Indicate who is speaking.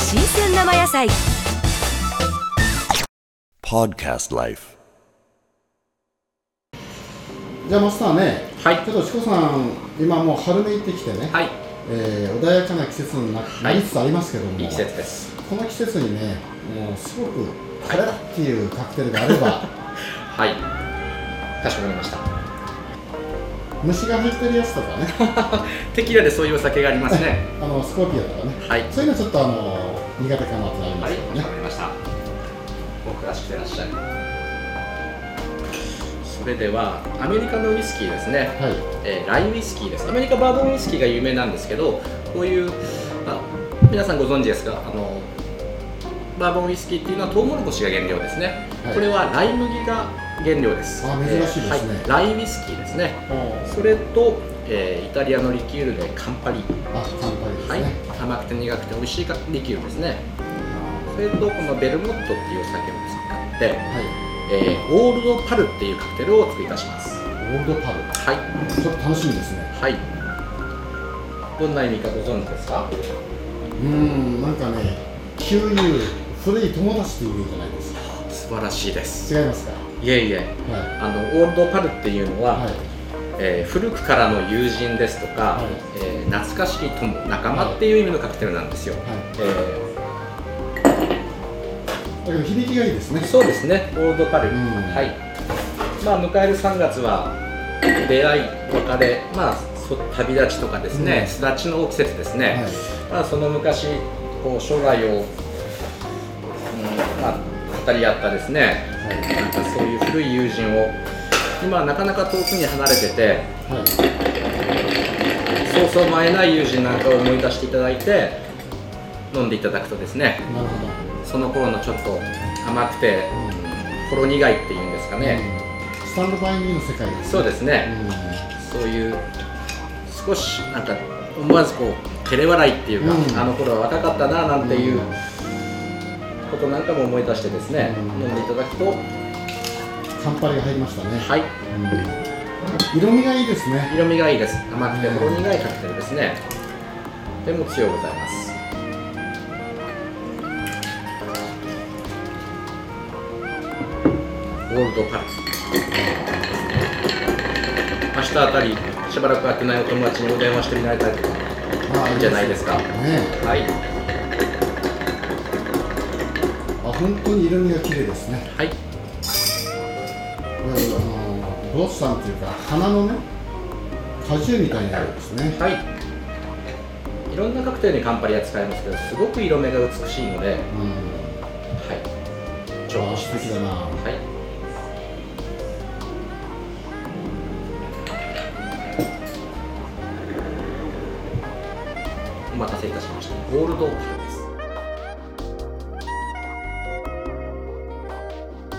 Speaker 1: 生野菜
Speaker 2: Podcast Life.
Speaker 3: じゃあマスターね、
Speaker 4: はい
Speaker 3: ちょっとしこさん、今もう春めいてきてね、
Speaker 4: はい、
Speaker 3: えー穏やかな季節にななりつつありますけども、
Speaker 4: いい季節です。
Speaker 3: この季節にね、もうすごくこれだっていうカクテルがあれ ば、
Speaker 4: はい。かしこまりました。
Speaker 3: 虫が入ってるやつとかね、
Speaker 4: テキーラでそういうお酒がありますね。
Speaker 3: あのスコーピオとかね、
Speaker 4: はい。
Speaker 3: そういうのちょっとあの苦手かなとなりま
Speaker 4: はい、
Speaker 3: すけどね
Speaker 4: かしこま、りました。僕らしくてらっしゃい。それでは、アメリカのウイスキーですね。
Speaker 3: はい、
Speaker 4: えーライウイスキーですアメリカバーボンウイスキーが有名なんですけどこういう、まあ、皆さんご存知ですかあのバーボンウイスキーっていうのはトウモロコシが原料ですね、
Speaker 3: はい
Speaker 4: これはライ麦が原料です
Speaker 3: あ珍しいですね
Speaker 4: えーはい、ライウイスキーですねそれと、えーイタリアのリキュールでカンパリ、
Speaker 3: あ乾杯ですね、
Speaker 4: はい、甘くて苦くて美味しいリキュールですねそれとこのベルモットっていうお酒を使って、
Speaker 3: はい、
Speaker 4: えーオールドパルっていうカクテルを作り出します
Speaker 3: オールドパル、
Speaker 4: はい
Speaker 3: ちょっと楽しみですね、
Speaker 4: はい。どんな意味かご存知ですか。
Speaker 3: うーん、なんかね、旧友、古い友達という意味じゃないですか、
Speaker 4: 素晴らしいです。
Speaker 3: 違いますか、
Speaker 4: いえいえ。
Speaker 3: はい、
Speaker 4: あのオールドパルっていうのは、
Speaker 3: はい、
Speaker 4: えー古くからの友人ですとか、
Speaker 3: はい
Speaker 4: えー懐かしき友仲
Speaker 3: は
Speaker 4: 間
Speaker 3: い
Speaker 4: っていう意味のカクテルなんですよ。
Speaker 3: はい。
Speaker 4: えー
Speaker 3: だけど響きがいいですね。
Speaker 4: そうですね。オールドパル。
Speaker 3: うん
Speaker 4: はい。まあ迎える3月は出会い別れまあそ旅立ちとかですね、
Speaker 3: うん
Speaker 4: 巣立ちの季節ですね。
Speaker 3: はい。
Speaker 4: まあ、その昔こう生涯を、うんまあ、語り合ったですね
Speaker 3: は
Speaker 4: なんかそういう古い友人を今はなかなか遠くに離れてて
Speaker 3: い。はい。
Speaker 4: そうそう会えない友人なんかを思い出していただいて飲んでいただくとですね
Speaker 3: なるほど。
Speaker 4: その頃のちょっと甘くてほろ苦いっていうんですかね、
Speaker 3: うんスタンドバイミーの世界です。
Speaker 4: そうです
Speaker 3: う
Speaker 4: ね、
Speaker 3: ん。
Speaker 4: そういう少しなんか思わずこう照れ笑いっていうか、
Speaker 3: うん
Speaker 4: あの頃は若かったななんていう、
Speaker 3: ん
Speaker 4: ことなんかも思い出してですね、
Speaker 3: うん
Speaker 4: 飲んでいただくと、は
Speaker 3: 乾杯が入りましたね。う
Speaker 4: い、
Speaker 3: ん色味がいいですね。
Speaker 4: 色味がいいです。甘くてほろ苦いカクテルですね。とても強うございます。ゴールドパル明日あたり、しばらく会ってないお友達にお電話してみられたりとか、
Speaker 3: ああ
Speaker 4: いいんじゃないですか。
Speaker 3: いいですね。
Speaker 4: はい、
Speaker 3: あ、本当に色味が綺麗ですね。
Speaker 4: はい、
Speaker 3: これあのブロッサムというか花のね、果汁みたいな色ですね。
Speaker 4: はい。いろんなカクテルにカンパリは使えますけど、すごく色目が美しいの
Speaker 3: う
Speaker 4: で、
Speaker 3: ん。
Speaker 4: はい。
Speaker 3: 超素敵だな。
Speaker 4: はい。お待たせいたしました。ゴールドオプションです。